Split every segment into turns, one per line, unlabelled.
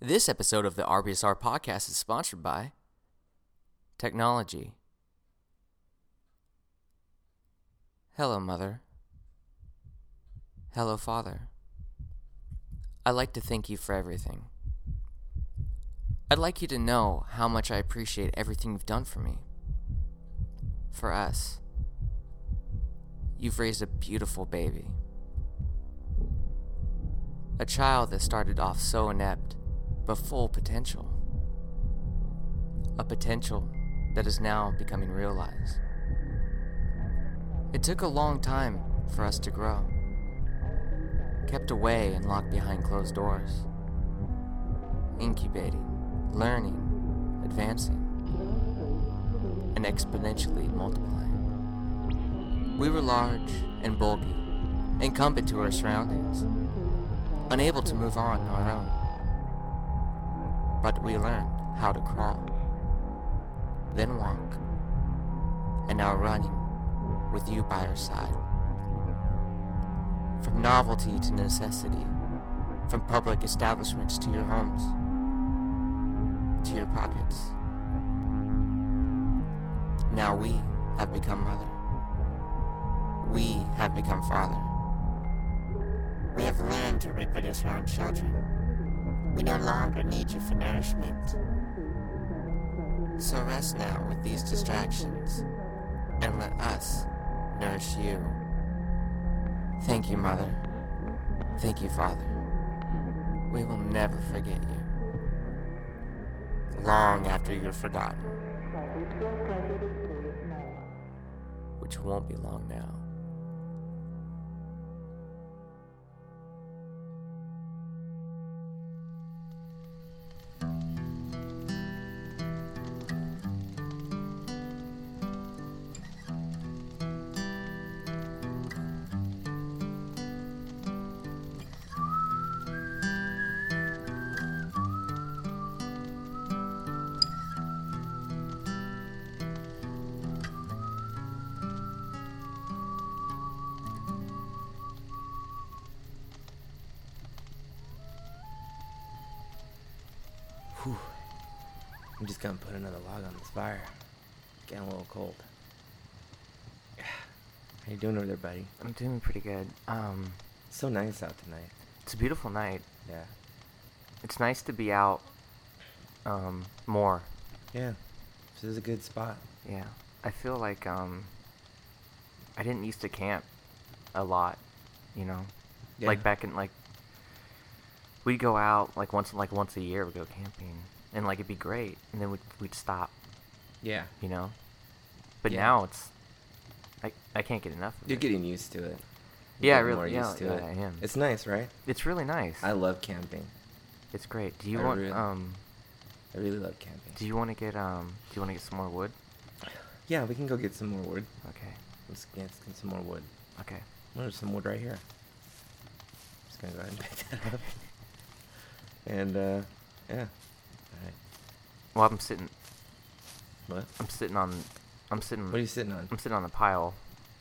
This episode of the RBSR podcast is sponsored by technology. Hello, Mother. Hello, Father. I'd like to thank you for everything. I'd like you to know how much I appreciate everything you've done for me, for us. You've raised a beautiful baby, a child that started off so inept but full potential. A potential that is now becoming realized. It took a long time for us to grow, kept away and locked behind closed doors, incubating, learning, advancing, and exponentially multiplying. We were large and bulky, incumbent to our surroundings, unable to move on our own but we learned how to crawl, then walk, and now running with you by our side. From novelty to necessity, from public establishments to your homes, to your pockets. Now we have become mother. We have become father. We have learned to reproduce our own children. We no longer need you for nourishment. So rest now with these distractions and let us nourish you. Thank you, Mother. Thank you, Father. We will never forget you. Long after you're forgotten. Which won't be long now.
I'm just gonna put another log on this fire. Getting a little cold. How you doing over there, buddy?
I'm doing pretty good. Um,
It's so nice out tonight.
it's a beautiful night.
Yeah.
It's nice to be out um, more.
Yeah. This is a good spot.
Yeah. I feel like um, I didn't used to camp a lot, you know? Like
Yeah.
back in, like, we'd go out like once, like once a year, we'd go camping. And like it'd be great. And then we'd, we'd stop,
Yeah.
you know? But
Yeah.
now it's, I, I can't get enough of
You're
it.
getting used to it.
Yeah, I
getting
really-
more
yeah,
used to
yeah,
it.
I am.
It's nice, right?
It's really nice.
I love camping.
it's great. Do you
I
want,
really-
um,
I really love camping.
do you want to get, um, do you want to get some more wood?
Yeah, we can go get some more wood.
Okay.
Let's get, let's get some more wood.
Okay.
Well, There's some wood right here. Just gonna go ahead and pick that up. and uh, yeah. All right.
Well, I'm sitting,
What?
I'm sitting on, I'm sitting,
What are you sitting on?
I'm sitting on a pile.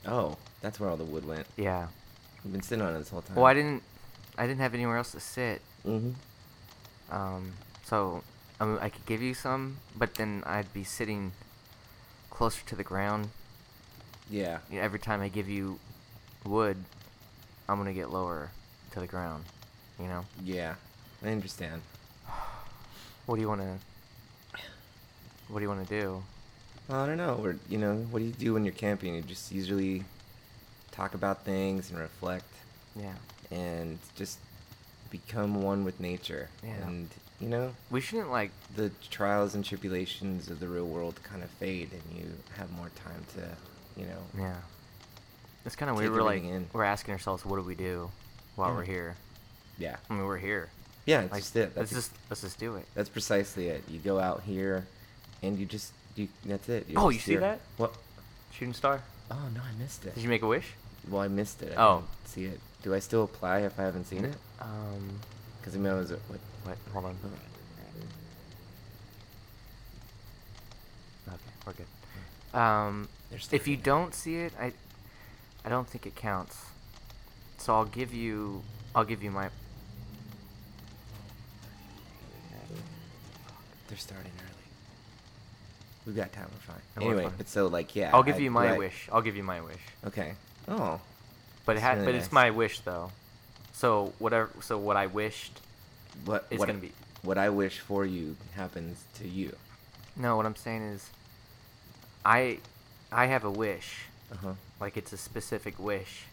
Oh, that's where all the wood went.
Yeah.
You've been sitting on it this whole time.
Well, I didn't, I didn't have anywhere else to sit.
Mm-hmm.
Um, so um, I could give you some, but then I'd be sitting closer to the ground.
Yeah.
You know, every time I give you wood, I'm gonna get lower to the ground. You know.
Yeah. I understand.
What do you wanna? What do you wanna do?
Well, I don't know. We're, you know, what do you do when you're camping? You just usually talk about things and reflect
Yeah.
and just become one with nature.
Yeah.
And, you know,
We shouldn't like.
the trials and tribulations of the real world kind of fade and you have more time to, you know.
Yeah. It's kind of
Take
weird. We're like,
everything in.
we're asking ourselves, what do we do while
Yeah.
we're here?
Yeah.
I mean, we're here.
Yeah, it's
Like,
just it.
let's
That's,
just let's just do it.
that's precisely it. You go out here and you just, you, that's it. You're
Oh, you
just
see
here.
that?
What?
Shooting star.
Oh, no, I missed it.
Did you make a wish?
Well, I missed it. I
Oh.
didn't see it. Do I still apply if I haven't seen it?
Um.
Because I mean, I was. uh, What?
Wait, hold on. Okay, we're good. Um,
There's stuff
if you
in there.
don't see it, I, I don't think it counts. So I'll give you, I'll give you my.
They're starting early. We've got time. We're fine.
No, we're
anyway,
fine.
but so like yeah.
I'll give
I-
you my
like-
wish. I'll give you my wish.
Okay. Oh.
But it
It's
ha-
really
but
nice.
it's my wish though. So whatever. So what I wished.
What
It's
what,
gonna be-
what I wish for you happens to you.
No, what I'm saying is, I, I have a wish.
Uh huh.
Like it's a specific wish,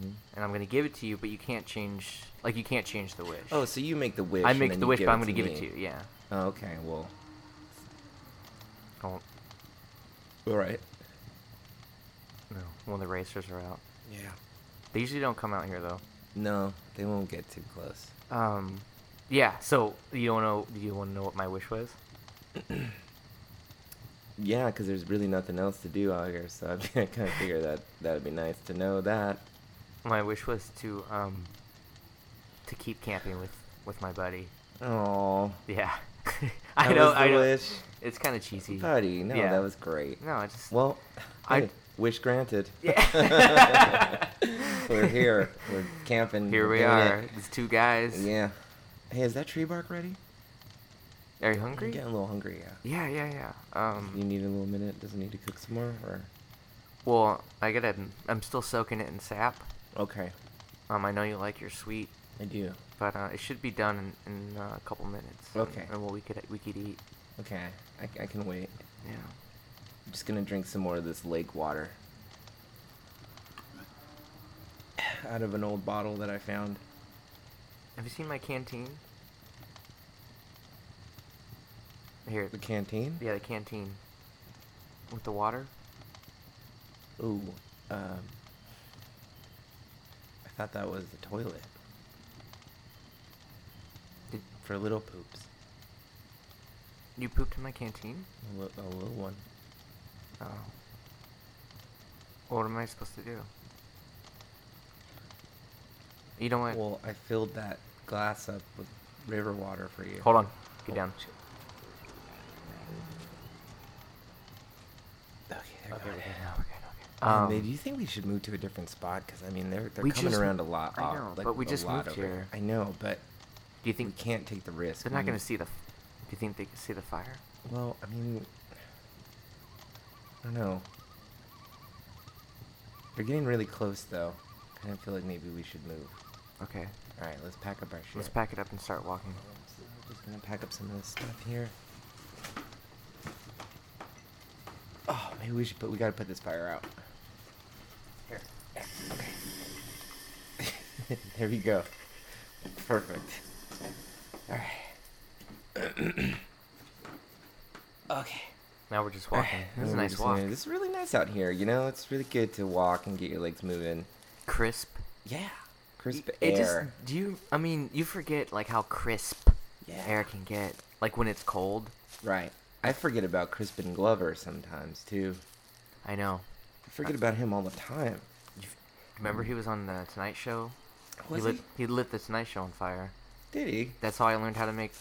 hmm
and I'm gonna give it to you. But you can't change. Like you can't change the wish.
Oh, so you make the wish.
I
and
make
then
the
you
wish, but I'm gonna
to
give
me.
it to you. Yeah.
Oh, okay. Well.
Don't.
All right.
No. When the racers are out,
Yeah.
they usually don't come out here though.
No, they won't get too close.
Um, yeah. So you don't know? Do you want to know what my wish was?
Yeah, because there's really nothing else to do out here, so I kind of figure that that'd be nice to know that.
My wish was to um, to keep camping with with my buddy.
Oh,
Yeah. I know.
Was the
I know.
wish,
It's kind of cheesy.
buddy. No,
Yeah.
that was great.
No, I just.
Well,
I-
hey, wish granted.
Yeah.
We're here. We're camping.
Here
We're
we
doing
are.
it.
These two guys.
Yeah. Hey, is that tree bark ready?
Are you
I'm
hungry?
getting a little hungry. Yeah.
Yeah, yeah, yeah.
you
Um.
need a little minute. Does it need to cook some more? Or
Well, I gotta. I'm still soaking it in sap.
okay,
Um. I know you like your sweet,
I do.
but uh, it should be done in, in uh, a couple minutes. and-
Okay.
And, what we could we could eat.
Okay, I, I can wait.
Yeah.
I'm just gonna drink some more of this lake water out of an old bottle that I found.
Have you seen my canteen? Here.
The canteen.
Yeah, the canteen. With the water.
Ooh. Um. I thought that was the toilet
Did
for little poops.
you pooped in my canteen?
A, li- a little one.
Oh. What am I supposed to do? You know what?
Well, I filled that glass up with river water for you.
Hold on. Get
Oh,
down.
shit. Okay, they're
Okay,
gone.
okay, no, okay, okay.
Um,
Um,
do you think we should move to a different spot? Because I mean, they're they're
We
coming
just-
around a lot.
I
off-
know,
like,
but we
a
just
lot
moved
over.
here.
I know, but
do you
we
think
can't take the risk.
they're
We
not going
need-
to see the? f- Do you think they can see the fire?
Well, I mean, I don't know. They're getting really close, though. and I feel like maybe we should move.
Okay.
All right, let's pack up our shit.
Let's pack it up and start walking.
So I'm just gonna pack up some of this stuff here. Oh, maybe we should put. We gotta put this fire out.
Here.
Okay. there we go. Perfect. All right. okay.
Now we're just walking. This is a
Maybe we
nice
just gonna-
walk.
This is really nice out here. You know, it's really good to walk and get your legs moving.
Crisp.
Yeah. Crisp
Y-
air.
It just do you? I mean, you forget like how crisp
Yeah.
air can get. Like when it's cold.
Right. I forget about Crispin Glover sometimes too.
I know.
I forget about him all the time.
Remember he was on the Tonight Show.
Mm. Was
he lit,
he?
he lit the Tonight Show on fire.
Did he?
That's how I learned how to make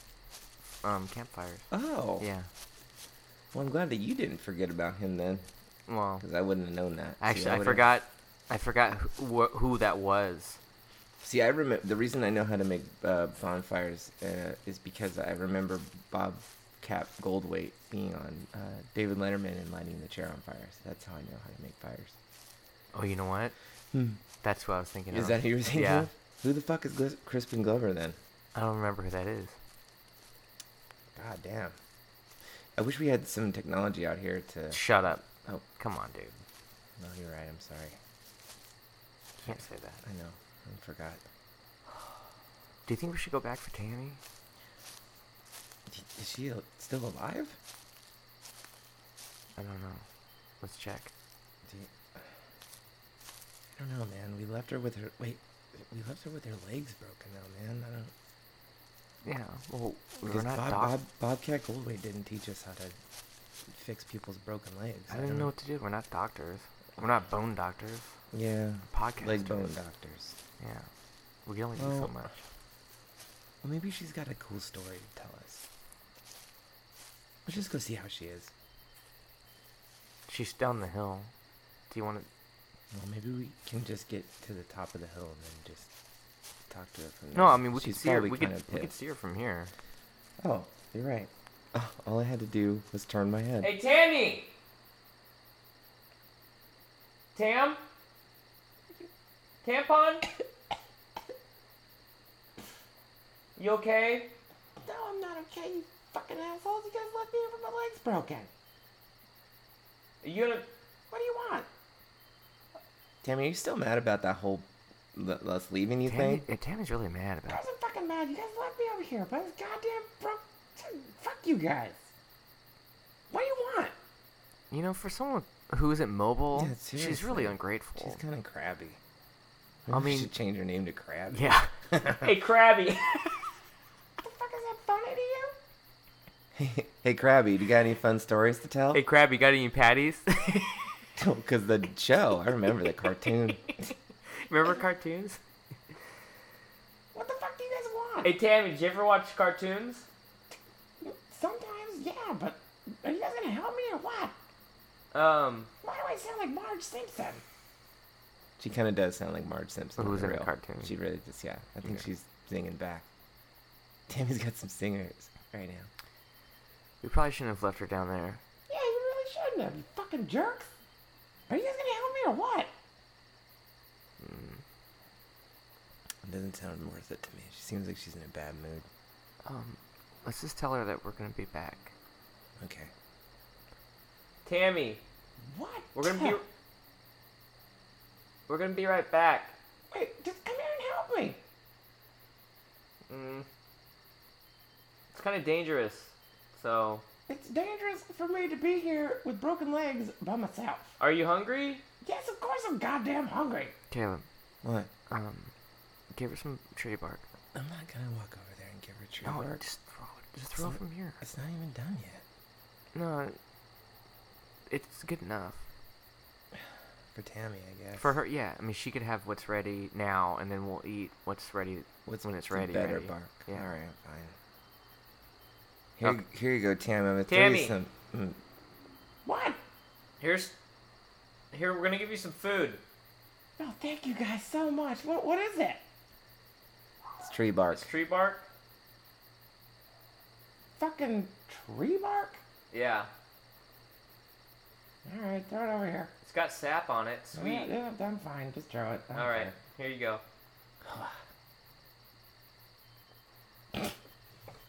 um, campfires.
Oh.
Yeah.
Well, I'm glad that you didn't forget about him then,
Well,
because I wouldn't have known that. See,
actually, I
would've-
forgot. I forgot who, wh- who that was.
See, I remember the reason I know how to make uh, bonfires uh, is because I remember Bob Cap Goldwait being on uh, David Letterman and lighting the chair on fire. So that's how I know how to make fires.
Oh, you know what?
Hmm.
That's what I was thinking.
Is
of.
that who you're thinking
Yeah.
of? Who the fuck is Glis- Crispin Glover then?
I don't remember who that is.
God damn. I wish we had some technology out here to.
Shut up.
Oh,
Come on, dude.
no, you're right. I'm sorry.
Can't say that.
I know. I forgot.
Do you think we should go back for Tammy?
Is she al- still alive?
I don't know. Let's check.
Do you- I don't know, man. We left her with her. Wait, we left her with her legs broken, though, man. I don't.
Yeah. Well, we're
because
not
Bob,
doc-
Bob, Bobcat Goldway didn't teach us how to fix people's broken legs.
I don't know what to do. We're not doctors. We're not bone doctors.
Yeah.
Podcasters.
Leg bone doctors.
Yeah. We can only do so
Well,
much.
Well, maybe she's got a cool story to tell us. Let's just go see how she is.
She's down the hill. Do you want to?
Well, maybe we can just get to the top of the hill and then just talk to her from there.
No, I mean we
She's
could see her.
probably
We could,
kinda
we could
pissed.
see her from here.
Oh, you're right. Oh, all I had to do was turn my head.
Hey, Tammy! Tam? Tampon? You okay?
No, I'm not okay, you fucking assholes. You guys left me here with my legs broken.
Are you gonna.
What do you want?
Tammy, are you still mad about that whole l- us leaving you
Tam,
thing?
yeah, Tammy's really mad
I
about it.
wasn't fucking mad. You guys left me over here, but it's goddamn broke. Fuck you guys. What do you want?
You know, for someone who isn't mobile,
Yeah,
she's
seriously.
really ungrateful.
She's kind of crabby.
Oh. I
Maybe we
mean-
should change her name to Crab.
yeah.
Hey, Krabby!
What the fuck is that funny to you?
Hey, hey, Krabby, do you got any fun stories to tell?
hey, Crab, you got any patties?
Because the show, I remember the cartoon.
Remember cartoons?
What the fuck do you guys want?
hey, Tammy, did you ever watch cartoons?
Sometimes, yeah, but are you guys gonna help me or what?
Um,
Why do I sound like Marge Simpson?
She kind of does sound like Marge Simpson.
Who was
in
in
the
the
real.
cartoon.
She really does, yeah. I think
Yeah.
she's singing back. Tammy's got some singers right now.
We probably shouldn't have left her down there.
Yeah, you really shouldn't have, you fucking jerks. Are you guys gonna help me or what?
Hmm. It doesn't sound worth it to me. She seems like she's in a bad mood.
Um, let's just tell her that we're gonna be back.
Okay.
Tammy,
What?
we're gonna be.
the-
We're gonna be right back.
Wait, just come here and help me.
Mm. It's kind of dangerous. So,
It's dangerous for me to be here with broken legs by myself.
are you hungry?
Yes, of course I'm goddamn hungry.
Caleb,
What?
um, give her some tree bark.
I'm not gonna walk over there and give her
Oh.
tree
No,
bark.
just throw it. Just throw it
Some-
from here.
It's not even done yet.
No, it's good enough
For Tammy, I guess.
for her. Yeah, I mean, she could have what's ready now, and then we'll eat what's ready
What's
when it's
the
ready.
Better
ready.
bark.
Yeah.
All right, fine. Here, here you go, Tam. I'm gonna
Tammy.
throw you some. Mm,
What?
Here's. Here, we're gonna give you some food.
No, Oh, thank you guys so much. What? What is it?
it's tree bark.
It's tree bark.
Fucking tree bark?
Yeah.
All right, throw it over here.
It's got sap on it.
Oh,
Sweet.
Yeah, yeah, I'm fine. Just throw it.
All right. Here you go.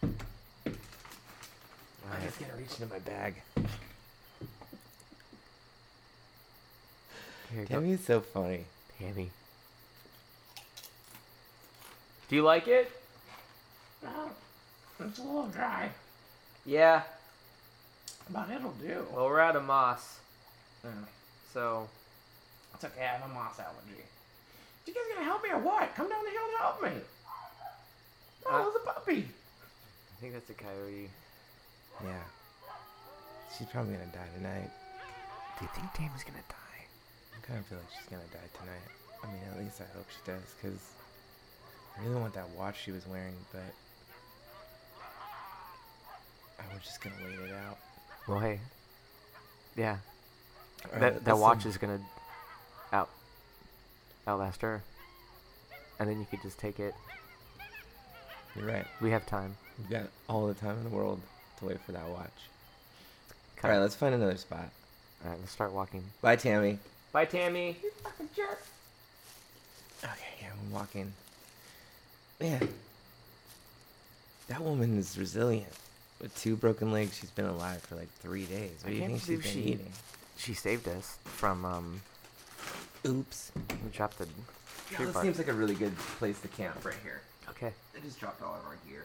I'm just gonna reach into my bag.
Here you go,
Tammy is so funny.
Tammy.
Do you like it?
Oh, it's a little dry,
Yeah.
but it'll do.
Well, we're out of moss,
Mm,
so
It's okay. I have a moss allergy. You guys gonna help me or what? Come down the hill and help me.
Uh,
Oh, it's a puppy.
I think that's a coyote.
Yeah. She's probably gonna die tonight.
Do you think Tammy's gonna die?
I kind of feel like she's gonna die tonight. I mean, at least I hope she does, because I really want that watch she was wearing, but I was just gonna wait it out.
Well, hey. Yeah,
All right,
that that
listen.
watch is gonna out outlast her, and then you could just take it.
You're right.
We have time.
We've got all the time in the world to wait for that watch.
Cut.
All right, let's find another spot.
All right, let's start walking.
Bye, Tammy.
bye, Tammy.
You fucking jerk.
Okay, yeah, I'm walking. Man, that woman is resilient. With two broken legs, she's been alive for like three days. What
I
do you
can't
think she's
believe
been
she-
eating?
She saved us from um.
Oops.
We dropped the tree
this
bark.
seems like a really good place to camp right here.
okay.
I just dropped all of our gear.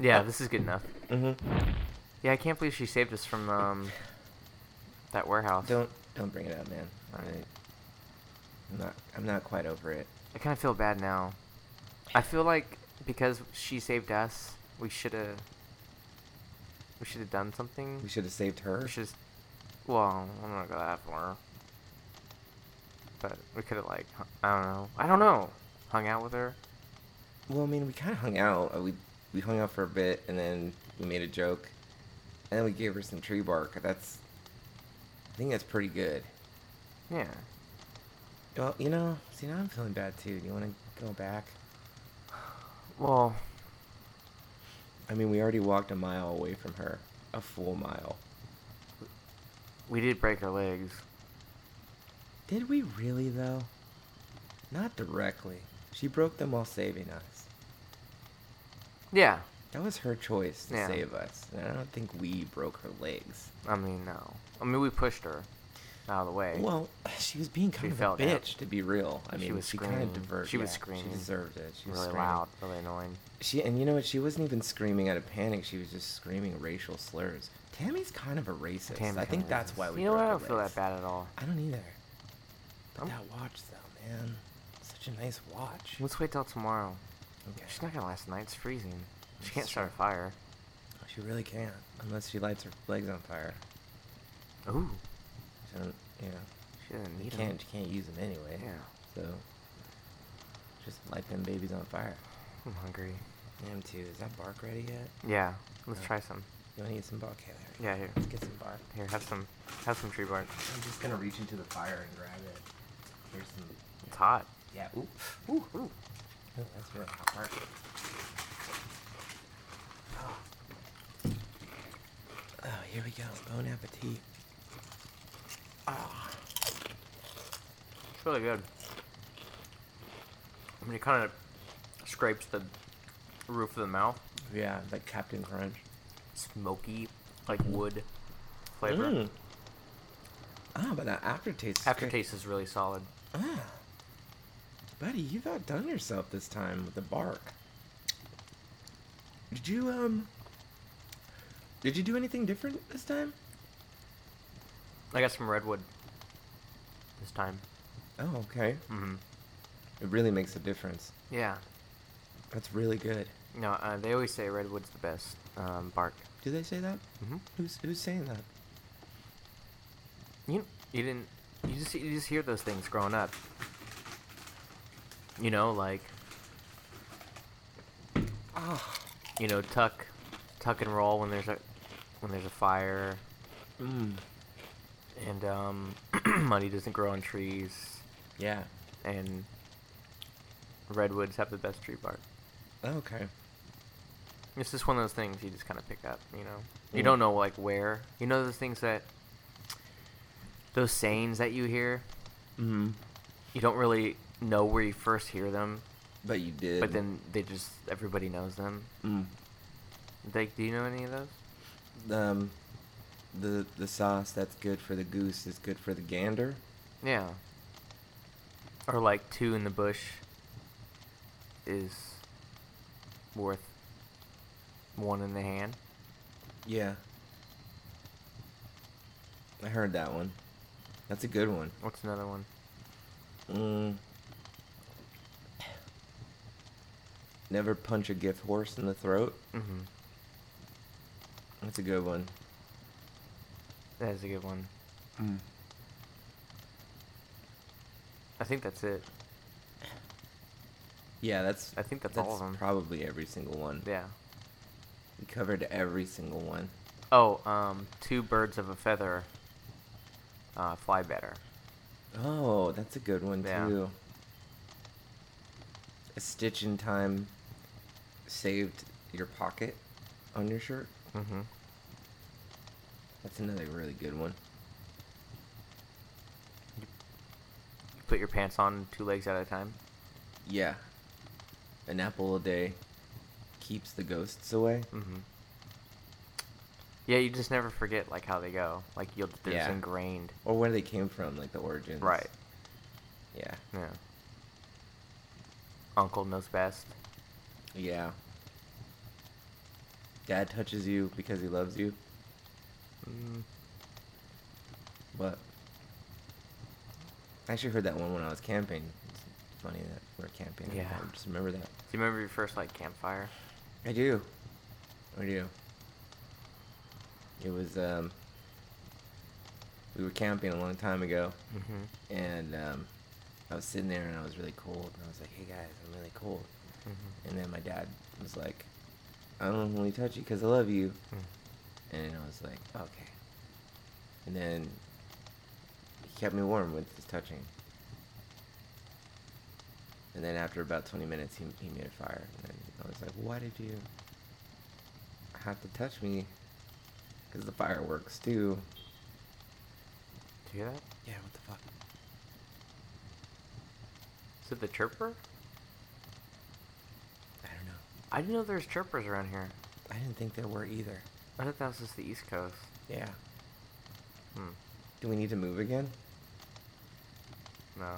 Yeah, this is good enough.
Mm-hmm.
Yeah, I can't believe she saved us from um that warehouse.
Oh, Don't don't bring it up, man. I, I'm not I'm not quite over it.
I kind of feel bad now. I feel like because she saved us, we should have we should have done something.
We should have saved her.
We should. Well, I'm not gonna that far. But we could have like hu- I don't know. I don't know. Hung out with her.
Well, I mean, we kind of hung out. Uh, We we hung out for a bit, and then we made a joke, and then we gave her some tree bark. That's, I think that's pretty good.
Yeah.
Well, you know, see now I'm feeling bad too. Do you want to go back?
Well,
I mean, we already walked a mile away from her, a full mile.
We did break her legs.
Did we really though? Not directly. She broke them while saving us.
Yeah.
That was her choice to
Yeah.
save us, and I don't think we broke her legs.
I mean, no. I mean, we pushed her out of the way.
Well, she was being kind
She
of a
fell down.
bitch, to be real. I
She
mean,
was
she kind
screaming.
of diverted.
She was
She
screaming.
deserved it. She was
really
screaming.
loud, really annoying.
She and you know what? She wasn't even screaming out of panic. She was just screaming racial slurs. Tammy's kind of a racist.
Tammy's
I think
kinda
that's
racist.
why we.
You know what? I
broke
don't
her
feel
legs.
that bad at all.
I don't either.
I'm-
But that watch, though, man, such a nice watch.
Let's wait till tomorrow.
Okay.
She's not gonna last the night. It's freezing. She can't
That's
start a fire.
She really can't unless she lights her legs on fire.
Ooh,
She don't, you know,
she doesn't
you
need 'em.
can't. You can't use them anyway.
Yeah.
So just light them babies on fire.
I'm hungry.
Damn, too. Is that bark ready yet?
Yeah. Let's
Yeah.
try some.
You want to eat some bark? Okay, there.
Yeah, here.
Let's get some bark.
Here, have some. Have some tree bark.
I'm just gonna reach into the fire and grab it. Here's some.
It's hot.
Yeah. Ooh. Ooh. Ooh. Oh, that's really hot bark. Oh. Oh, here we go. Bon appetit. Ah.
It's really good. I mean, it kind of scrapes the roof of the mouth.
Yeah, like Captain Crunch.
Smoky, like wood flavor.
Mm. Ah, but that aftertaste. is good.
Aftertaste is really solid.
Ah. Buddy, you've outdone yourself this time with the bark. Did you um Did you do anything different this time?
I got some redwood this time.
Oh, okay.
Mm-hmm.
It really makes a difference.
Yeah.
That's really good.
No, uh, they always say redwood's the best um, bark.
Do they say that?
Mm-hmm.
Who's who's saying that?
You you didn't you just you just hear those things growing up. You know, like
Ah.
you know, tuck tuck and roll when there's a when there's a fire,
Mm.
and um, money doesn't grow on trees,
Yeah.
and redwoods have the best tree bark.
Oh, Okay.
It's just one of those things you just kind of pick up, you know. You
Mm.
don't know like where. You know those things that those sayings that you hear.
Mm-hmm.
You don't really know where you first hear them,
But you did.
but then they just everybody knows them.
mm.
Like, do you know any of those?
um the the sauce that's good for the goose is good for the gander.
Yeah. Or like two in the bush is worth one in the hand.
Yeah. I heard that one. That's a good one.
What's another one?
Mm. Never punch a gift horse in the throat.
Mm-hmm.
That's a good one.
That is a good one.
Mm.
I think that's it.
Yeah, that's
I think that's all of them.
probably every single one.
Yeah.
We covered every single one.
Oh, um, two birds of a feather uh, fly better.
Oh, that's a good one
Yeah.
too. A stitch in time saved your pocket on your shirt.
Mm-hmm.
That's another really good one.
You put your pants on two legs at a time.
Yeah. An apple a day keeps the ghosts away.
Mm-hmm. Yeah, you just never forget like how they go. Like you'll, they're just
Yeah.
ingrained.
Or where they came from, like the origins.
Right.
Yeah.
Yeah. Uncle knows best.
Yeah. Dad touches you because he loves you.
Mm,
What? I actually heard that one when I was camping. It's funny that we're camping. and
Yeah.
I just remember that.
do you remember your first like campfire?
I do. I do. It was, um, we were camping a long time ago.
Mm-hmm.
and um, I was sitting there and I was really cold and I was like, "Hey guys, I'm really cold."
Mm-hmm.
And then my dad was like, "I don't really touch you because I love you,"
Mm.
and I was like, "Okay." And then he kept me warm with his touching. And then after about 20 minutes, he, he made a fire. And then I was like, "Why did you?" have to touch me because the fireworks too.
Do you hear that?
Yeah, what the fuck?
Is it the chirper?
I don't know.
I didn't know there's chirpers around here.
I didn't think there were either.
I thought that was just the East Coast.
Yeah.
Hmm.
Do we need to move again?
No.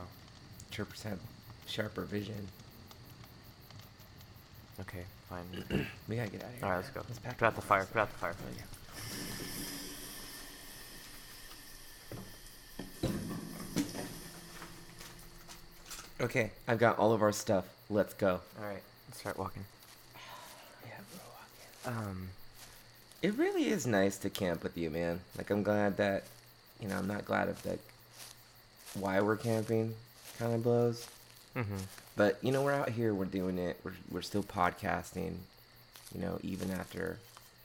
Chirpers have sharper vision.
Okay, fine.
We gotta get out of here.
All right, let's go.
Let's pack
Put out
up
the
all
fire.
this
Put out the fire.
stuff. Oh, yeah. Okay, I've got all of our stuff. Let's go.
All right, let's start walking.
Yeah, we're walking.
Um,
It really is nice to camp with you, man. Like I'm glad that, you know, I'm not glad of like why we're camping kind of blows.
mhm.
But you know, we're out here, we're doing it. We're we're still podcasting. You know, even after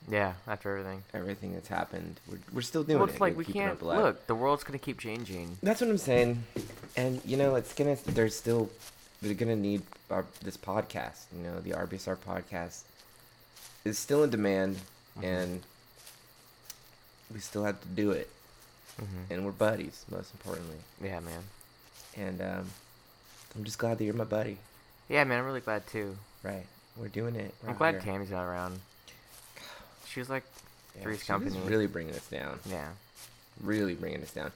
Yeah, after everything.
everything that's happened, we're we're still doing
Well,
it.
it's like
We're
we
keeping
can't
up alive.
look. The world's gonna keep changing.
That's what I'm saying. And you know, it's gonna there's still they're gonna need our, this podcast. You know, the RBSR podcast is still in demand,
Mm-hmm.
and we still have to do it.
Mhm.
And we're buddies, most importantly.
Yeah, man.
And um, I'm just glad that you're my buddy.
Yeah, man. I'm really glad too.
Right, we're doing it. We're
I'm
out
glad
here.
Tammy's not around. She was like
Yeah,
Three's
she was
Company.
really bringing us down.
yeah,
Really bringing us down.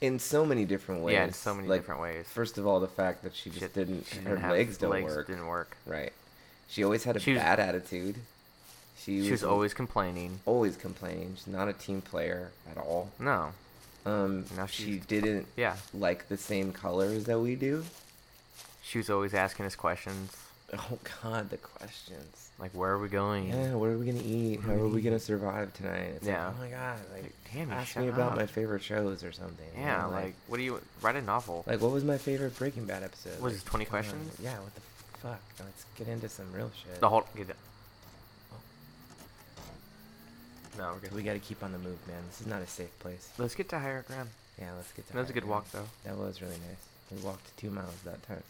In so many different ways.
yeah, in so many
Like,
different ways.
First of all, the fact that she
She
just didn't,
she
her
didn't have-
legs don't
legs
work.
Didn't work.
Right. She always had a
She was-
bad attitude. She,
She was always complaining.
always complaining. She's not a team player at all.
No.
Um,
Now
she
she's-
didn't
Yeah.
like the same colors that we do.
She was always asking us questions
Oh God, the questions.
like, "Where are we going?"
Yeah, what are we gonna eat? How are we gonna survive tonight? It's
Yeah.
Like, oh my God, like
Like, damn, you
ask
shut
me about
up.
my favorite shows or something. you
Yeah,
know,
like, what do you write a novel?
like what was my favorite Breaking Bad episode?
What is
Like,
this, 20
come on,
questions?
Yeah, what the fuck? Let's get into some real shit.
the whole. Get it. No, we're good.
We gotta keep on the move, man. This is not a safe place.
Let's get to higher ground.
Yeah, let's get to
That was a
higher
good walk,
ground.
though.
That was really nice. We walked two miles that time.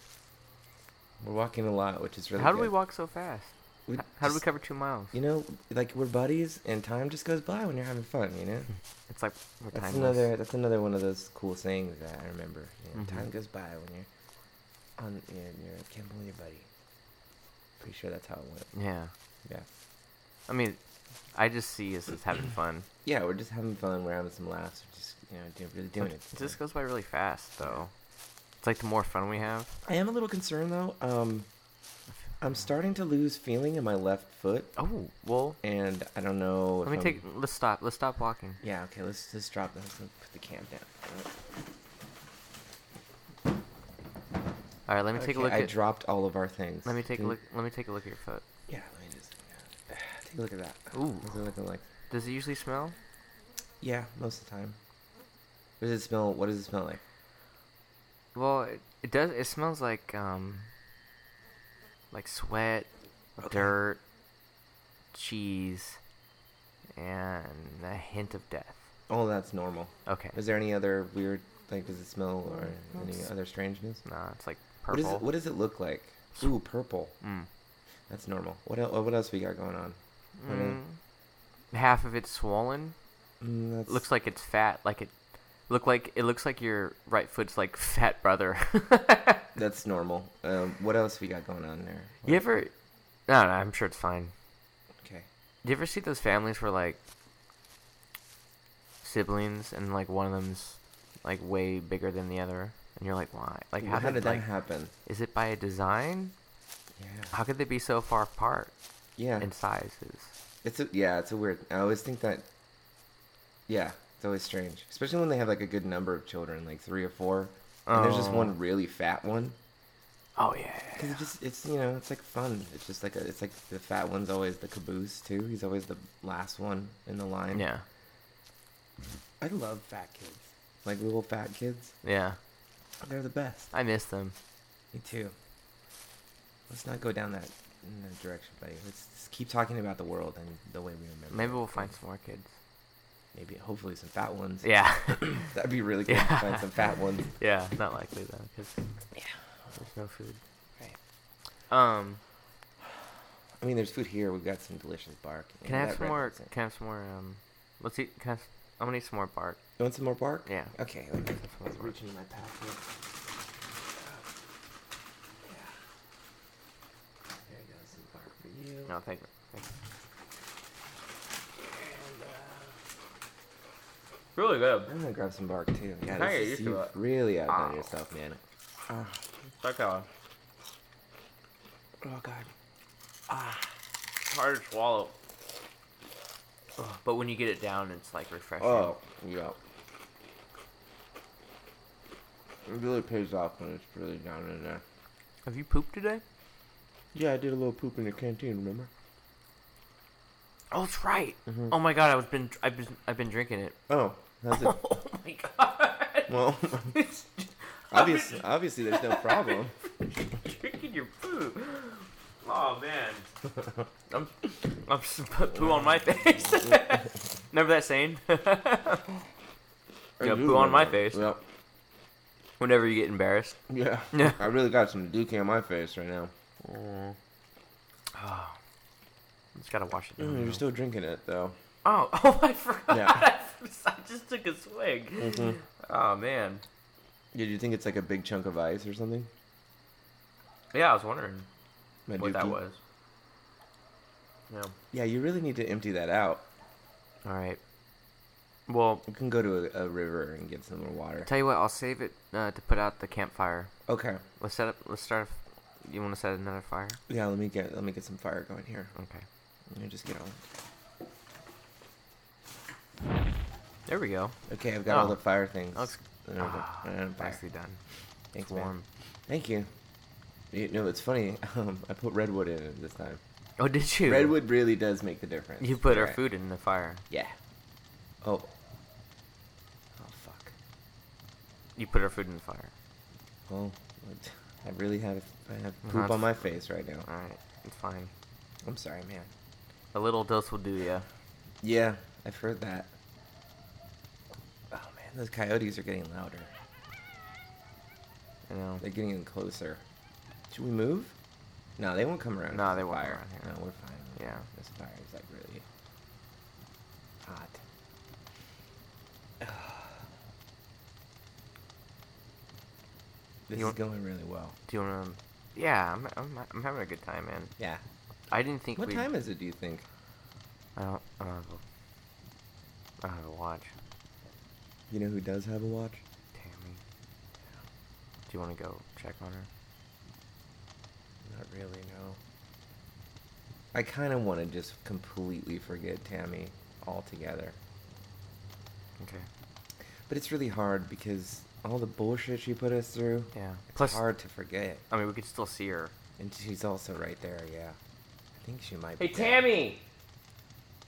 We're walking a lot, which is really
how
good.
do we walk so fast?
We
H- how do we
just-
cover two miles?
You know, like we're buddies, and time just goes by when you're having fun. You know,
It's like we're
that's
timeless.
another that's another one of those cool sayings that I remember. You know,
Mhm.
Time goes by when you're on you know, you're camping with your buddy. Pretty sure that's how it went.
Yeah.
Yeah,
I mean, I just see us as having fun.
yeah, we're just having fun. We're having some laughs. We're just you know doing, really doing it.
It
you know.
just goes by really fast, though. It's like the more fun we have.
I am a little concerned though. Um, I'm starting to lose feeling in my left foot.
Oh well.
and I don't know.
Let me
if
take.
I'm-
Let's stop. Let's stop walking.
Yeah, okay. Let's just drop this. Let's put the cam down.
All right. Let me take a
Okay,
look
I
at.
dropped all of our things.
let me take a
Can-
look. Let me take a look at your foot.
Yeah, let me just take a look at that.
Ooh.
What's it looking like?
Does it usually smell?
Yeah, most of the time. What does it smell? What does it smell like?
Well, it, it does. It smells like um. Like sweat,
Okay.
dirt, cheese, and a hint of death.
Oh, that's normal.
Okay.
Is there any other weird? Like, does it smell or
Mm,
any
That's-
other strangeness?
No, it's like
What,
purple.
is it, what does it look like? Ooh, purple.
Mm.
That's normal. What el- what else we got going on? I
Mm.
mean-
Half of it's swollen.
Mm, that's,
Looks like it's fat. Like it look like it looks like your right foot's like fat brother.
that's normal. Um, what else we got going on there?
you ever? No, no, I'm sure it's fine.
Okay.
Do you ever see those families where like siblings and like one of them's like way bigger than the other, and you're like, why? Like,
How,
how
did that
like,
happen?
Is it by a design?
Yeah.
How could they be so far apart
Yeah.
in sizes?
It's a, yeah, it's a weird. I always think that. Yeah, it's always strange, especially when they have like a good number of children, like three or four, and there's just
Oh.
one really fat one.
Oh yeah.
Because it just, it's you know, it's like fun. It's just like a, it's like the fat one's always the caboose too. He's always the last one in the line.
Yeah.
I love fat kids. Like little fat kids,
Yeah.
they're the best.
I miss them.
Me too. Let's not go down that, in that direction, buddy. Let's just keep talking about the world and the way we remember.
Maybe
it.
we'll find some more kids.
Maybe hopefully some fat ones.
Yeah.
That'd be really good to
Yeah.
find some fat ones.
yeah. Not likely though, because
Yeah.
there's no food.
Right.
Um.
I mean, there's food here. We've got some delicious bark. you
Can
know,
I have
that
some more?
represents-
Can I have some more? Um, let's eat. Can I have, s- I'm gonna eat some more bark.
You want some more bark?
Yeah.
Okay. Let me,
Some
I
more
was
bark.
reaching in my pocket. Yeah. There you go. Some bark for you.
No, thank you. Thank you.
Really good.
I'm gonna grab some bark too. Yeah,
kinda get
this is,
used to
you've
it.
really outdone
Ow.
yourself, man.
Check that one.
Oh god.
It's hard to swallow.
Ugh, But when you get it down, it's like refreshing.
Oh yeah. It really pays off when it's really down in there.
Have you pooped today?
Yeah, I did a little poop in the canteen. Remember?
Oh, that's right. Oh my god, I've been I've been I've been drinking it.
Oh, that's it.
Oh my god.
Well, obviously, obviously, there's no problem.
Drinking your food. Oh man.
I'm, I'm s- put poo on my face. Remember that saying?
I
Yeah,
do
poo on my
remember.
face.
Yep.
Whenever you get embarrassed.
Yeah.
Yeah.
I really got some dookie on my face right now.
Oh, just gotta wash it.
Mm,
Down, you know.
You're still drinking it though.
Oh, oh, I forgot.
Yeah.
I just took a swig.
Mm-hmm.
Mhm.
Oh man.
Did you think it's like a big chunk of ice or something?
Yeah, I was wondering
My
what that
dookie?
was. Yeah.
Yeah, you really need to empty that out.
All right. Well,
You can go to a, a river and get some more water.
tell you what, I'll save it uh, to put out the campfire.
Okay.
Let's set up. Let's start. A, you want to set another fire?
Yeah, let me get let me get some fire going here.
Okay.
Let me just get on.
There we go.
Okay, I've got all
Oh.
the fire things.
That's-
And I'm- and I'm back.
ah, Nicely done. It's
Thanks, man.
warm.
Thank you. You know, it's funny. Um, I put redwood in it this time.
Oh, did you?
Redwood really does make the difference.
You put
You're
our
right.
food in the fire.
Yeah. Oh. Oh fuck.
You put our food in the fire.
Well, Oh, what- I really have I have
No,
poop
it's-
on my face right now.
All right, it's fine.
I'm sorry, man.
A little dose will do ya.
Yeah, I've heard that. Oh man, those coyotes are getting louder.
You know.
They're getting closer. Should we move? No, they won't come around.
No,
'cause
they
of
won't come
fire.
around here.
No, we're fine.
Yeah.
This fire is like really hot. This
You
is
want-
going really well.
Do you want to? um, Yeah, I'm, I'm. I'm having a good time, man.
Yeah.
I didn't think.
What
we'd...
time is it? Do you think?
I don't. I don't have a, I don't have a watch.
You know who does have a watch?
Tammy. Do you want to go check on her?
Not really. No. I kind of want to just completely forget Tammy altogether.
Okay.
But it's really hard because all the bullshit she put us through.
Yeah.
It's
Plus,
hard to forget.
I mean, we could still see her.
And she's also right there, yeah. I think she might
Hey
be. dead.
Tammy.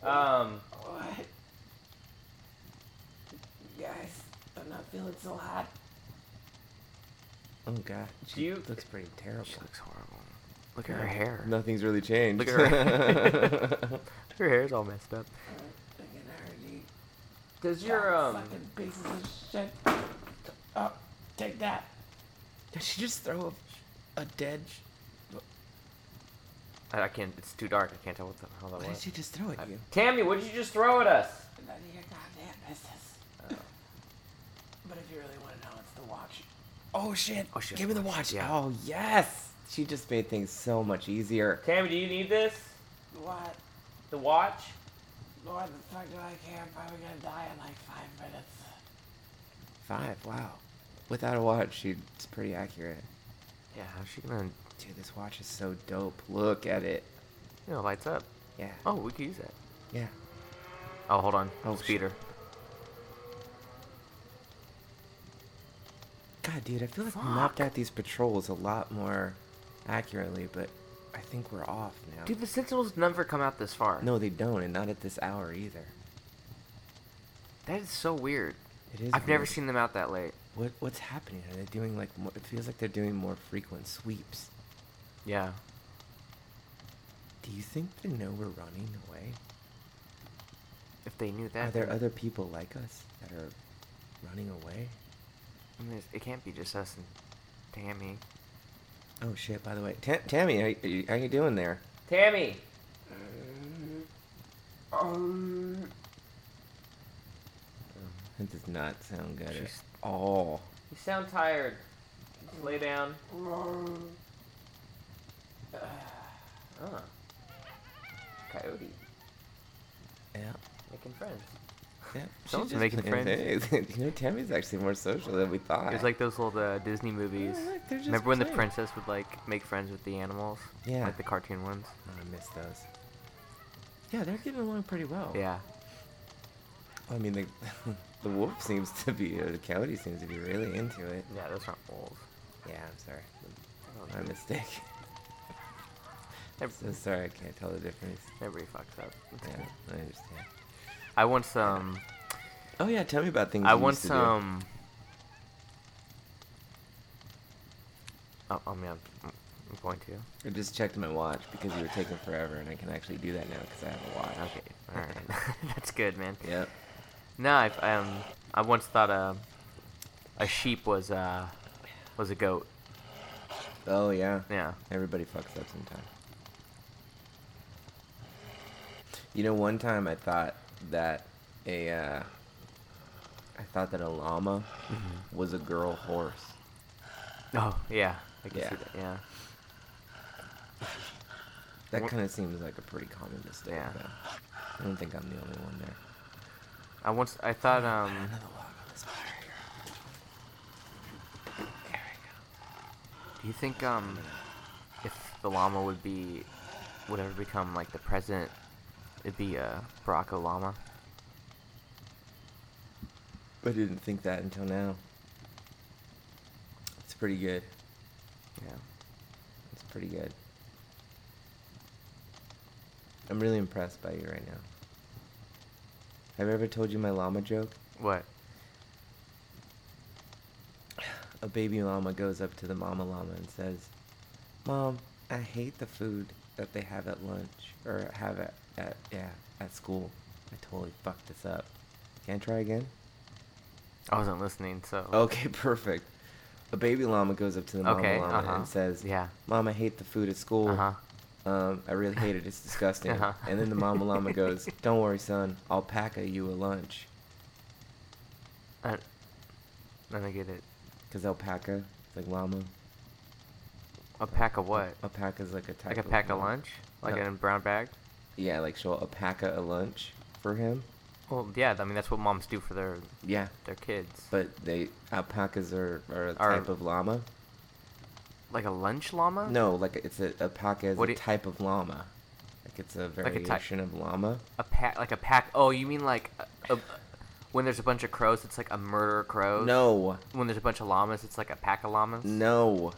Um.
What? You guys, I'm not feeling so hot.
Oh god. She
you-
looks pretty terrible.
She looks horrible. Look at her hair.
Nothing's really changed.
Look at her. Her hair's all messed up.
I can hardly.
Does your um?
Fucking pieces of shit. Oh, take that.
Did she just throw a, a dead
I, I can't. It's too dark. I can't tell what the hell that
Why did
was.
she just throw at you?
Tammy, what'd you just throw at us?
None of your goddamn business.
Oh.
But if you really want to know, it's the watch.
Oh shit.
Oh, she has
Give me the
a watch,
watch.
yeah.
Oh yes. She just made things so much easier.
Tammy, do you need this?
What?
The watch?
Lord, the fuck do I care? I'm probably gonna die in like five minutes.
Five, wow. Without a watch, she's pretty accurate.
Yeah. How's she gonna?
Dude, this watch is so dope. Look at it.
You know, lights up.
Yeah.
Oh, we could use that.
Yeah.
Oh, hold on.
Oh,
Oh,
shit.
speeder.
God, dude, I feel like we mapped out these patrols a lot more accurately, but I think we're off now.
Dude, the sentinels never come out this far.
Oh. no, they don't, and not at this hour either.
That is so weird.
It is.
I've never
weird.
seen them out that late.
What what's happening? Are they doing like? More, it feels like they're doing more frequent sweeps.
Yeah.
Do you think they know we're running away?
If they knew that.
Are there
then-
other people like us that are running away?
I mean, it's- it can't be just us and Tammy.
Oh shit! By the way, Ta- Tammy, how, y- how you doing there?
Tammy. Um,
That does not sound good at all.
You sound tired. Just lay down.
Oh.
Ah. Coyote.
Yeah.
Making friends.
Yeah,
Someone's
she's just
making
playing
friends.
things. you know, Tammy's actually more social than we thought.
It was like those old uh, Disney movies.
Yeah, look, they're just
Remember when the
playing.
princess would like make friends with the animals?
Yeah.
Like the cartoon ones.
Oh, I miss those. Yeah, they're getting along pretty well.
Yeah.
I mean, the, the wolf seems to be, or the coyote seems to be really into it.
Yeah, those aren't wolves.
Yeah, I'm sorry.
They're-
My mistake. I'm so sorry, I can't tell the difference.
Everybody fucks up. It's
Yeah,
cool.
I understand.
I once um
Oh yeah, tell me about things.
I
you
once
used to do.
um. Oh, I mean, I'm, I'm going to.
I just checked my watch because you were taking forever, and I can actually do that now because I have a watch.
Okay, all right, that's good, man.
Yep.
No, I I, um, I once thought a a sheep was uh was a goat.
Oh yeah.
Yeah.
Everybody fucks up sometime. You know, one time I thought that a, uh, I thought that a llama
Mm-hmm.
was a girl horse.
Oh, yeah. I can
Yeah.
see that. Yeah.
That
What-
kind of seems like a pretty common mistake.
Yeah.
Though. I don't think I'm the only one there.
I once I thought um
Another walk on this water. There we
Do you think um, if the llama would be, would ever become like the president, it'd be uh, Barack Obama?
go. I didn't think that until now. It's pretty good.
Yeah.
It's pretty good. I'm really impressed by you right now. Have I ever told you my llama joke?
What?
A baby llama goes up to the mama llama and says, Mom, I hate the food that they have at lunch or have at, at yeah, at school. I totally fucked this up. Can I try again?
I wasn't listening, so.
Okay, perfect. A baby llama goes up to the mama
Okay,
llama
uh-huh.
and says,
Yeah.
Mom, I hate the food at school.
Uh huh.
Um, I really hate it. It's disgusting.
Uh-huh.
And then the mama llama goes, "Don't worry, son. I'll pack a you a lunch."
I, I don't get it.
Cause alpaca, it's like llama.
A pack of what?
Alpaca is like a type.
Like a pack of
llama.
lunch? Like
No.
in a brown bag?
Yeah, like she'll alpaca a lunch for him.
Well, yeah. I mean, that's what moms do for their
Yeah,
their kids.
but they alpacas are, are a
Are-
type of llama.
like a lunch llama?
No, like it's a alpaca is
What do
a
you-
type of llama. Like it's a
a type-
variation of llama.
A pack, like a pack. Oh, you mean like a, a, when there's a bunch of crows, it's like a murder of crows.
No,
When there's a bunch of llamas, it's like a pack of llamas.
No.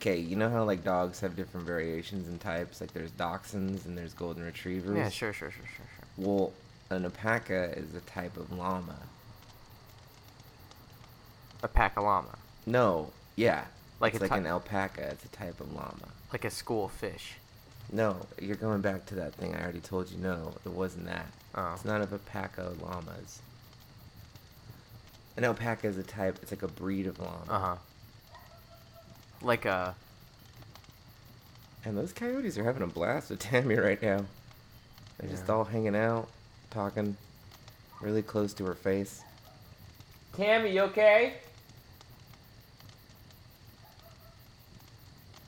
Okay, you know how like dogs have different variations and types? Like there's dachshunds and there's golden retrievers.
Yeah, sure, sure, sure, sure, sure.
Well, an alpaca is a type of llama.
A pack of llama,
No, yeah.
Like
it's
a
like
ty-
an alpaca, it's a type of llama.
like a school fish.
No, you're going back to that thing I already told you no, it wasn't that.
Oh.
It's not of alpaca llamas. An alpaca is a type, it's like a breed of llama.
Uh huh. Like a
And those coyotes are having a blast with Tammy right now. They're just
Yeah.
all hanging out, talking really close to her face.
Tammy, you okay?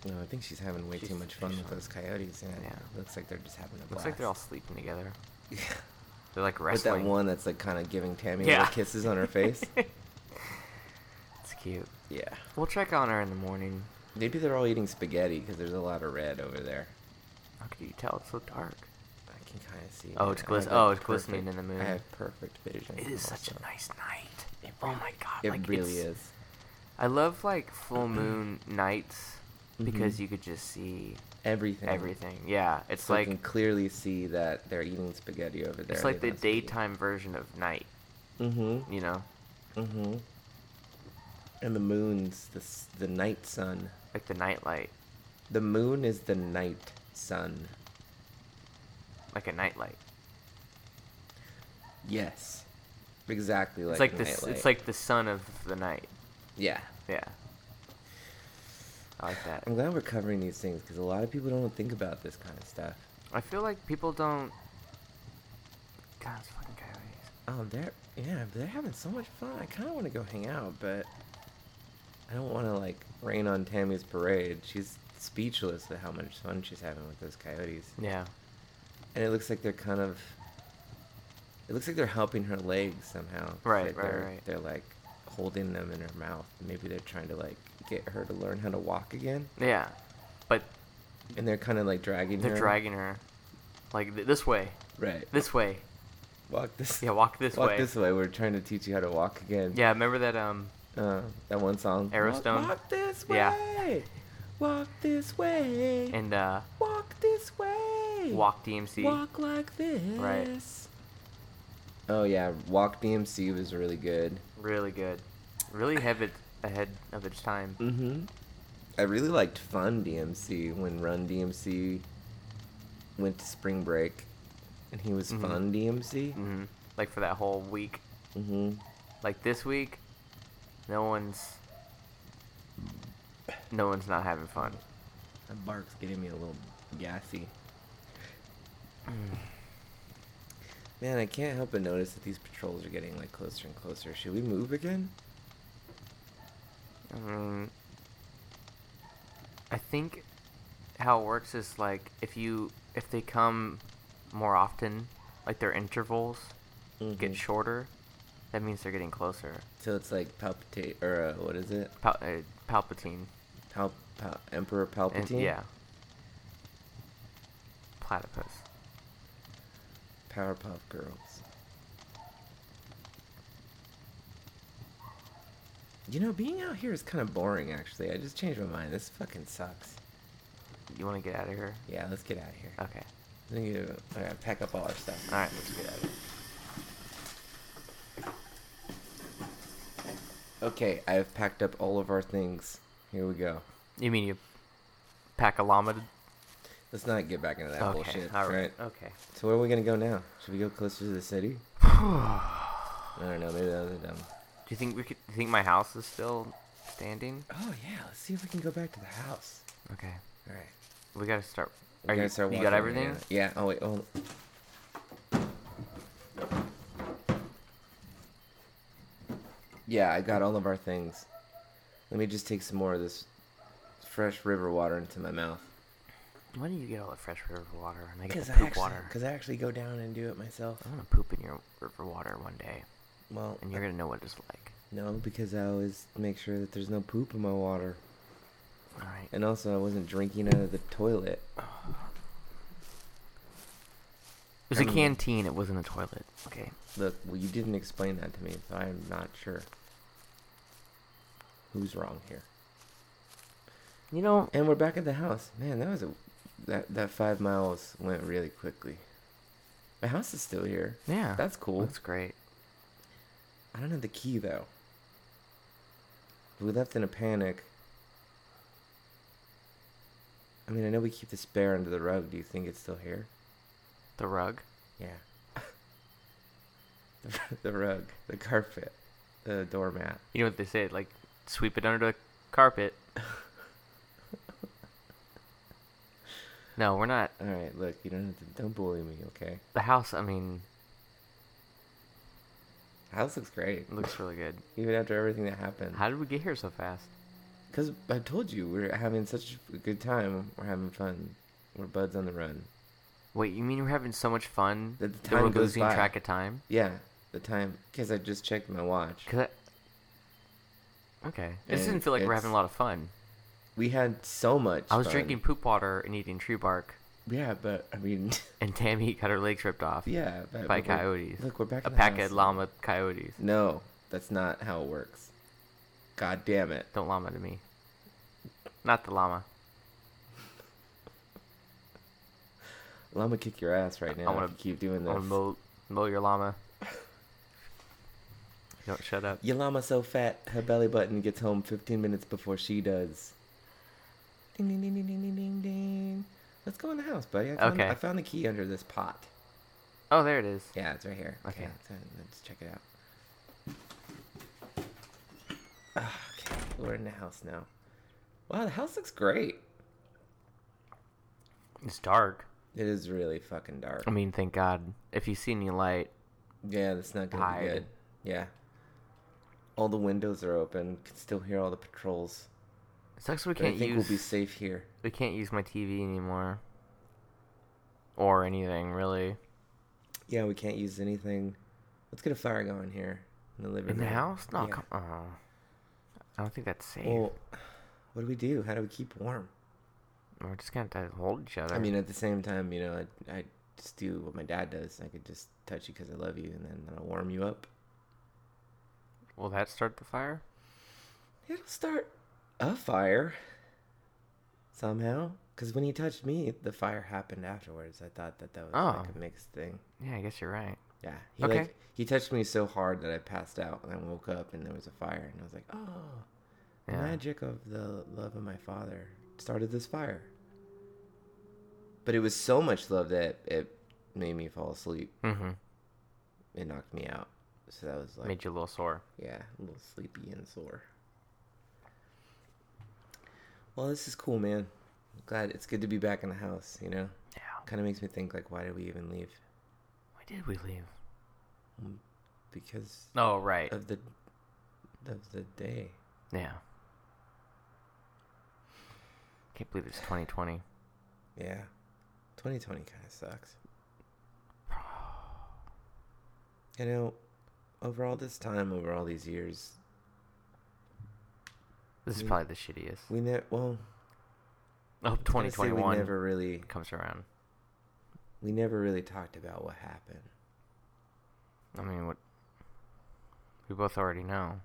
You know, I think she's having way too
She's-
much fun
she's
with
fun.
those coyotes. Yeah.
Yeah.
Looks like they're just having a blast.
looks like they're all sleeping together.
Yeah.
They're like
With
wrestling.
that one that's like kind of giving Tammy
Yeah.
little kisses on her face.
It's cute.
yeah.
We'll check on her in the morning.
Maybe they're all eating spaghetti because there's a lot of red over there.
How can you tell? It's so dark.
I can kind of see.
Oh,
it.
it's
I
glis-
have
oh,
a
it's glistening
perfect-
in the moon.
I have perfect vision.
It is such
also.
a nice night. oh my god!
It
like,
really
it's-
is.
I love like full moon nights because
Mhm.
you could just see
Everything.
everything. Yeah, it's
So you can
like
clearly see that they're eating spaghetti over there.
it's like the daytime version of night.
Mm-hmm.
You know,
Mm-hmm. And the moon's the s- the night sun.
like the nightlight,
The moon is the night sun.
like a nightlight.
Yes. Exactly like
it's like
the
this.
nightlight.
It's like the sun of the night.
yeah.
Yeah. I like that.
I'm glad we're covering these things because a lot of people don't think about this kind of stuff.
I feel like people don't. God, it's fucking coyotes.
Oh, they're yeah, they're having so much fun. I kind of want to go hang out, but I don't want to like rain on Tammy's parade. She's speechless at how much fun she's having with those coyotes,
Yeah.
and it looks like they're kind of. It looks like they're helping her legs somehow.
Right, right,
that they're,
right.
They're like holding them in her mouth. Maybe they're trying to like get her to learn how to walk again,
Yeah. But
and they're kind of like dragging
they're
her.
dragging her. Like, th- this way.
Right.
This way.
Walk this.
Yeah, walk this
walk
way.
this way. We're trying to teach you how to walk again.
Yeah, remember that, um.
Uh, that one song.
Aerostone.
Walk, walk this way.
Yeah.
Walk this way.
And, uh.
walk this way.
Walk DMC.
Walk like this.
Right.
Oh yeah, Walk DMC was really good.
Really good. Really heavy ahead of its time.
Mm-hmm. I really liked Fun DMC when Run DMC went to spring break, and he was
Mhm.
Fun DMC.
hmm Like, for that whole week.
Mm-hmm.
Like, this week, no one's. No one's not having fun.
That bark's getting me a little gassy. Man, I can't help but notice that these patrols are getting like closer and closer. Should we move again?
I mean, I think how it works is like if you if they come more often, like their intervals get
Mhm.
shorter, that means they're getting closer.
So it's like palpitate or uh, what is it?
Pal- uh, Palpatine.
Pal- pal- Emperor Palpatine.
And, yeah. Platypus.
Powerpuff Girls. You know, being out here is kind of boring. Actually, I just changed my mind. This fucking sucks.
You want to get out of here?
Yeah, let's get out of here.
Okay.
I think you. I gotta pack up all our stuff.
All right, let's get out of here.
Okay, I have packed up all of our things. Here we go.
You mean you pack a llama? To-
Let's not get back into that
okay.
bullshit.
all
right.
right. Okay.
So where are we gonna go now? Should we go closer to the city? I don't know. Maybe that was a dumb.
Do you think we could? Do you think my house is still standing?
Oh yeah. Let's see if we can go back to the house.
Okay.
All right.
We gotta start.
We
Are
gotta
you,
start
you got
walking,
everything?
Yeah. yeah. Oh wait. Hold. Yeah, I got all of our things. Let me just take some more of this fresh river water into my mouth.
Why do you get all the fresh river water and I get
Because
the
I
poop
actually,
water?
because I actually go down and do it myself.
I'm gonna poop in your river water one day,
Well,
and you're gonna know what it's like.
No, because I always make sure that there's no poop in my water.
All right.
And also, I wasn't drinking out of the toilet.
It was a
um,
canteen. It wasn't a toilet. Okay.
Look, well, you didn't explain that to me, so I'm not sure. Who's wrong here?
You know,
And we're back at the house. Man, that was a that that five miles went really quickly. My house is still here.
yeah.
That's cool.
That's great.
I don't have the key though. We left in a panic. I mean, I know we keep the spare under the rug. Do you think it's still here?
The rug.
Yeah. the, the rug, the carpet, the doormat.
You know what they say? Like, sweep it under the carpet. no, we're not.
All right, look, you don't have to, don't bully me, okay?
The house. I mean,
House looks great,
looks really good.
even after everything that happened.
How did we get here so fast?
Because I told you we're having such a good time. We're having fun. We're buds on the run.
Wait, you mean we're having so much fun
That the
that we're
time goes
losing
by.
track of time?
Yeah, the time because I just checked my watch.
Cause I... Okay. This
And
doesn't feel like we're having
it's-
a lot of fun.
We had so much.
I was
fun.
drinking poop water and eating tree bark,
Yeah, but I mean,
and Tammy got her legs ripped off
yeah, but
by
but we're-
coyotes.
Look, we're back.
a
in the
pack
house.
of llama coyotes.
No, that's not how it works. God damn it!
Don't llama to me. Not the llama.
Llama kick your ass right now. I
wanna-
want to keep doing
I wanna
this.
mow, mow your llama. You Don't shut up.
Your llama so fat, her belly button gets home 15 minutes before she does. Ding, ding, ding, ding, ding, ding, ding, ding. Let's go in the house, buddy. I found,
Okay.
I found the key under this pot.
Oh, there it is.
Yeah, it's right here.
Okay.
let's, uh, let's check it out. Ah, Okay, we're in the house now. Wow, the house looks great.
It's dark.
It is really fucking dark.
I mean, thank God. If you see any light,
Yeah, that's not gonna be
Hide.
good. Yeah. All the windows are open. Can still hear all the patrols.
it sucks we
But I
can't
think
use
we'll be safe here.
we can't use my TV anymore. Or anything really
Yeah, we can't use anything. Let's get a fire going here in the living
in the
room.
house. No,
Mm-hmm. Yeah.
come on. I don't think that's safe.
Well, what do we do? How do we keep warm?
We're just gonna have to hold each other.
I mean, at the same time, you know, I I just do what my dad does. I could just touch you because I love you, and then I'll warm you up.
will that start the fire?
It'll start a fire somehow. Because when you touched me, the fire happened afterwards. I thought that that was like
Oh.
a mixed thing.
Yeah, I guess you're right.
Yeah. He
Okay.
like he touched me so hard that I passed out and I woke up and there was a fire and I was like, Oh the
Yeah.
magic of the love of my father started this fire. But it was so much love that it made me fall asleep.
Mm-hmm.
It knocked me out. So that was like
Made you a little sore.
yeah, a little sleepy and sore. Well, this is cool, man. Glad it's good to be back in the house, you know?
Yeah.
Kind of makes me think like why did we even leave?
Why did we leave?
Because
Oh right.
of the of the day.
yeah. Can't believe it's 2020.
Yeah. 2020 kind of sucks. You know, over all this time, over all these years,
This is
Mm.
probably the shittiest.
we never, well,
I hope
I was gonna say
2021
we never really,
comes around.
we never really talked about what happened.
I mean, what we both already know,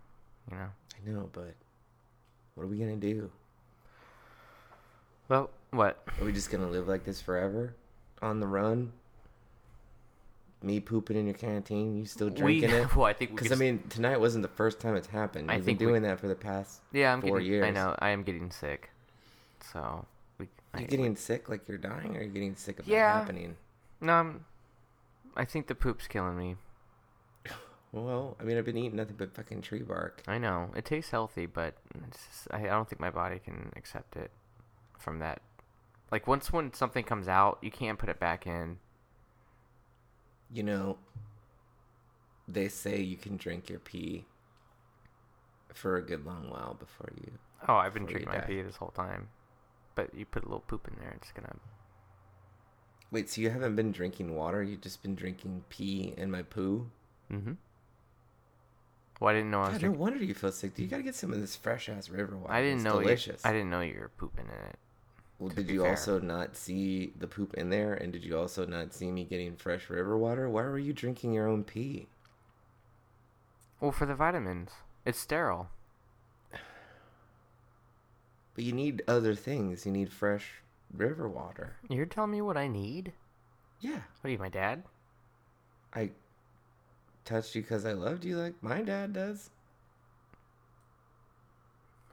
you know.
I know, but what are we going to do?
Well, what?
Are we just going to live like this forever? On the run? Me pooping in your canteen? You still drinking
we,
it?
Well, I think we
Because,
could
I mean, tonight wasn't the first time it's happened.
I
We've
think we-
been doing that for the
s-
past
yeah, I'm
four
getting. I
years.
know I am getting sick, so we. I,
You're getting sick like you're dying, or you're getting sick of
Yeah.
it happening.
no. I'm, I think the poop's killing me.
Well, I mean, I've been eating nothing but fucking tree bark.
I know it tastes healthy, but it's just, I, I don't think my body can accept it from that. Like once when something comes out, you can't put it back in.
You know, they say you can drink your pee for a good long while before you.
Oh, I've been
Before you
drinking my
die.
pee this whole time, but you put a little poop in there, it's gonna.
Wait, so you haven't been drinking water? You've just been drinking pee and my poo?
Mm-hmm. Well, I didn't know I was
God,
drinking.
no wonder you feel sick. You gotta get some of this fresh ass river water.
I didn't
it's
know. you-
Delicious.
I didn't know you were pooping in it.
Well,
to
did
be
you
fair.
also not see the poop in there? And did you also not see me getting fresh river water? Why were you drinking your own pee?
Well, for the vitamins, it's sterile.
But you need other things. You need fresh river water.
You're telling me what I need?
Yeah.
What are you, my dad?
I touched you because I loved you like my dad does.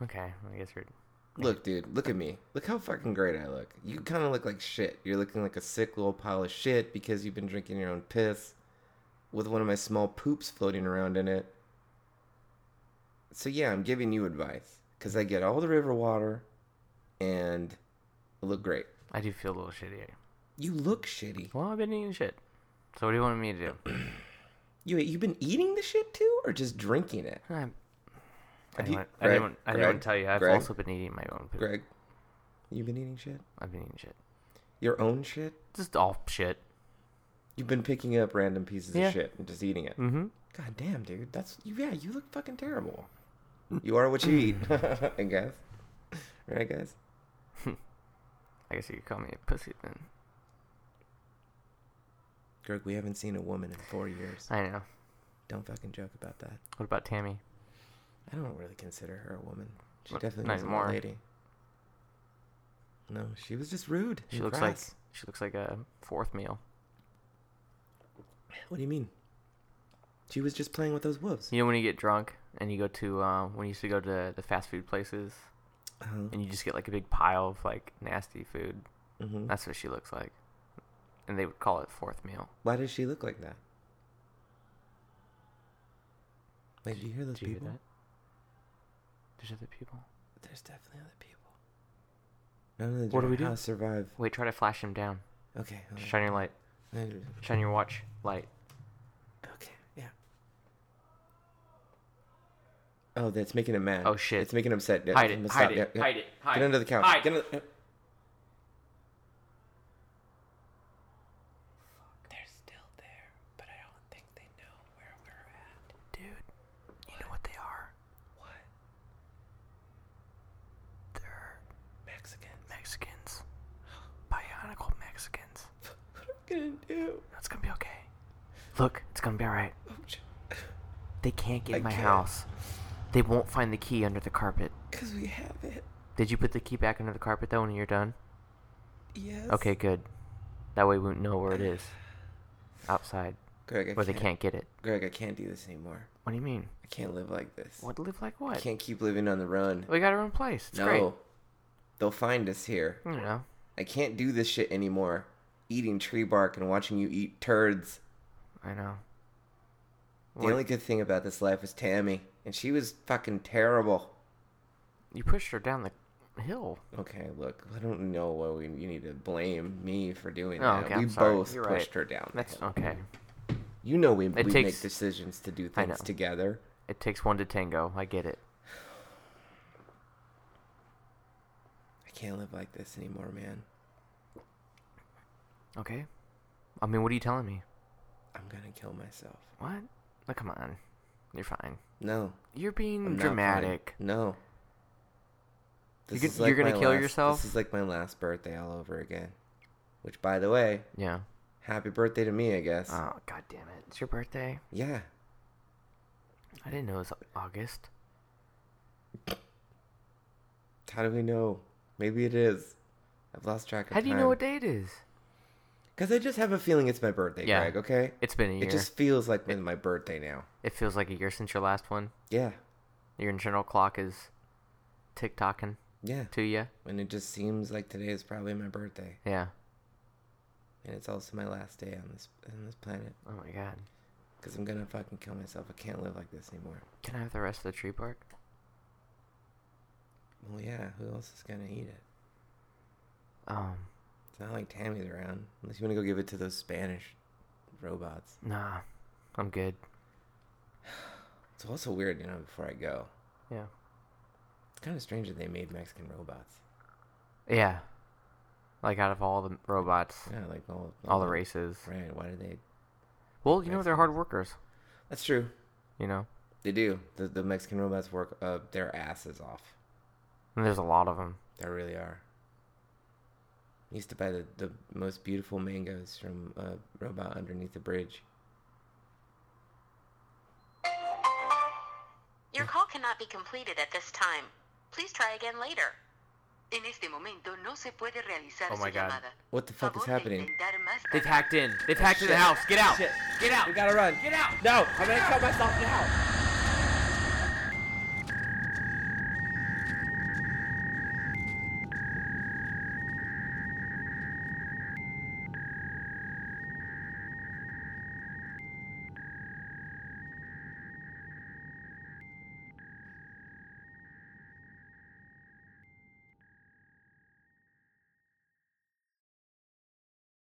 Okay, I guess you're.
Look, dude, look at me. Look how fucking great I look. You kind of look like shit. You're looking like a sick little pile of shit because you've been drinking your own piss with one of my small poops floating around in it. So, yeah, I'm giving you advice because I get all the river water and I look great.
I do feel a little shitty.
You look shitty.
Well, I've been eating shit. So what do you want me to do?
You, you've been eating the shit too or just drinking it?
I'm- I
Have you-
didn't, want- I didn't,
Greg,
want- I didn't want
Greg,
to tell you. I've
Greg,
also been eating my own poop.
Greg, you've been eating shit?
I've been eating shit.
Your own shit?
Just all shit.
You've been picking up random pieces
Yeah.
of shit and just eating it.
Mm-hmm.
God damn, dude. That's you yeah, you look fucking terrible. You are what you eat. I guess. Right, guys?
I guess you could call me a pussy then.
Greg, we haven't seen a woman in four years.
I know.
Don't fucking joke about that.
What about Tammy?
I don't really consider her a woman. She
What-
definitely
not
wasn't
anymore.
a lady. No, she was just rude.
She
and
looks
crass.
like she looks like a fourth meal.
What do you mean? She was just playing with those wolves.
You know when you get drunk and you go to uh, when you used to go to the fast food places
Uh-huh.
and you just get like a big pile of like nasty food.
hmm
That's what she looks like. And they would call it fourth meal.
Why does she look like that? Wait, do you hear those
Did you hear
people?
that? There's other people.
There's definitely other people. None of the
What do we do?
Jedi survive.
Wait, try to flash him down.
Oh, Okay. hold on.
Shine your light. Shine your watch light.
Okay. Yeah. Oh, that's making him mad.
Oh, shit.
It's making him upset. Yeah,
Hide
I'm
it,
gonna
hide
stop.
it,
Yeah, yeah.
hide it, hide
Get
it,
under the couch.
hide
Get
it.
under-
They're still there, but I don't think they know where we're at.
Dude, you know what they are?
What?
They're
Mexican?
Mexicans. Bionicle Mexicans.
What am I gonna do?
It's gonna be okay. Look, it's gonna be alright.
Oh,
They can't get
I
in my
can't.
house. They won't find the key under the carpet.
Because we have it.
Did you put the key back under the carpet though when you're done?
Yes.
Okay, good. That way we know where it is. Outside,
Greg, I
where they
can't.
can't get it.
Greg, I can't do this anymore.
What do you mean?
I can't live like this.
What live like
I
what?
can't keep living on the run.
We got our own place. It's
no.
great.
They'll find us here.
You know.
I can't do this shit anymore. Eating tree bark and watching you eat turds.
I know.
The
What-
only good thing about this life was Tammy, and she was fucking terrible.
You pushed her down the hill.
Okay, look, I don't know why we, you need to blame me for doing
Oh,
that.
okay,
we
I'm sorry.
both
You're right.
pushed her down. the
That's
hill.
okay.
you know we, we
takes-
make decisions to do things
know.
together.
It takes one to tango. I get it.
I can't live like this anymore, man.
Okay. I mean, what are you telling me?
I'm gonna kill myself.
What? Oh, come on. You're fine.
No,
You're being
I'm not fine.
dramatic.
No.
You
This
can-
is
you're gonna
my
kill
last-
yourself?
This is like my last birthday all over again. Which, by the way,
Yeah.
happy birthday to me, I guess.
Oh, god damn it. It's your birthday?
yeah,
I didn't know it was August.
How do we know? Maybe it is. I've lost track of
How
time.
do you know what day it is?
Because I just have a feeling it's my birthday,
Yeah.
Greg. Okay.
It's been a year.
It just feels like it's my birthday now.
It feels like a year since your last one.
Yeah.
Your internal clock is tick tocking
Yeah.
to you.
And it just seems like today is probably my birthday,
Yeah.
and it's also my last day on this on this planet.
Oh my god.
Because I'm gonna fucking kill myself. I can't live like this anymore.
Can I have the rest of the tree bark?
Well, yeah. Who else is gonna eat it?
Um,
It's not like Tammy's around. Unless you wanna go give it to those Spanish robots.
nah. I'm good.
It's also weird, you know. Before I go,
Yeah.
it's kind of strange that they made Mexican robots.
Yeah. Like out of all the robots,
Yeah, like all
all the races.
Right? Why did they
Well, you know they're hard workers.
That's true.
You know,
They do. The, the Mexican robots work uh, their asses off.
and there's a lot of them.
They really are. I used to buy the, the most beautiful mangoes from a robot underneath the bridge.
Your call cannot be completed at this time. Please try again later. En este momento no se puede realizar
Oh
su
my God.
llamada.
What the fuck is
Favor de
happening?
intentar más
They've
tarde.
Oh,
hacked in. They've hacked in the house. Get out. Get out.
gotta run.
Get out.
No!
I'm gonna kill myself now.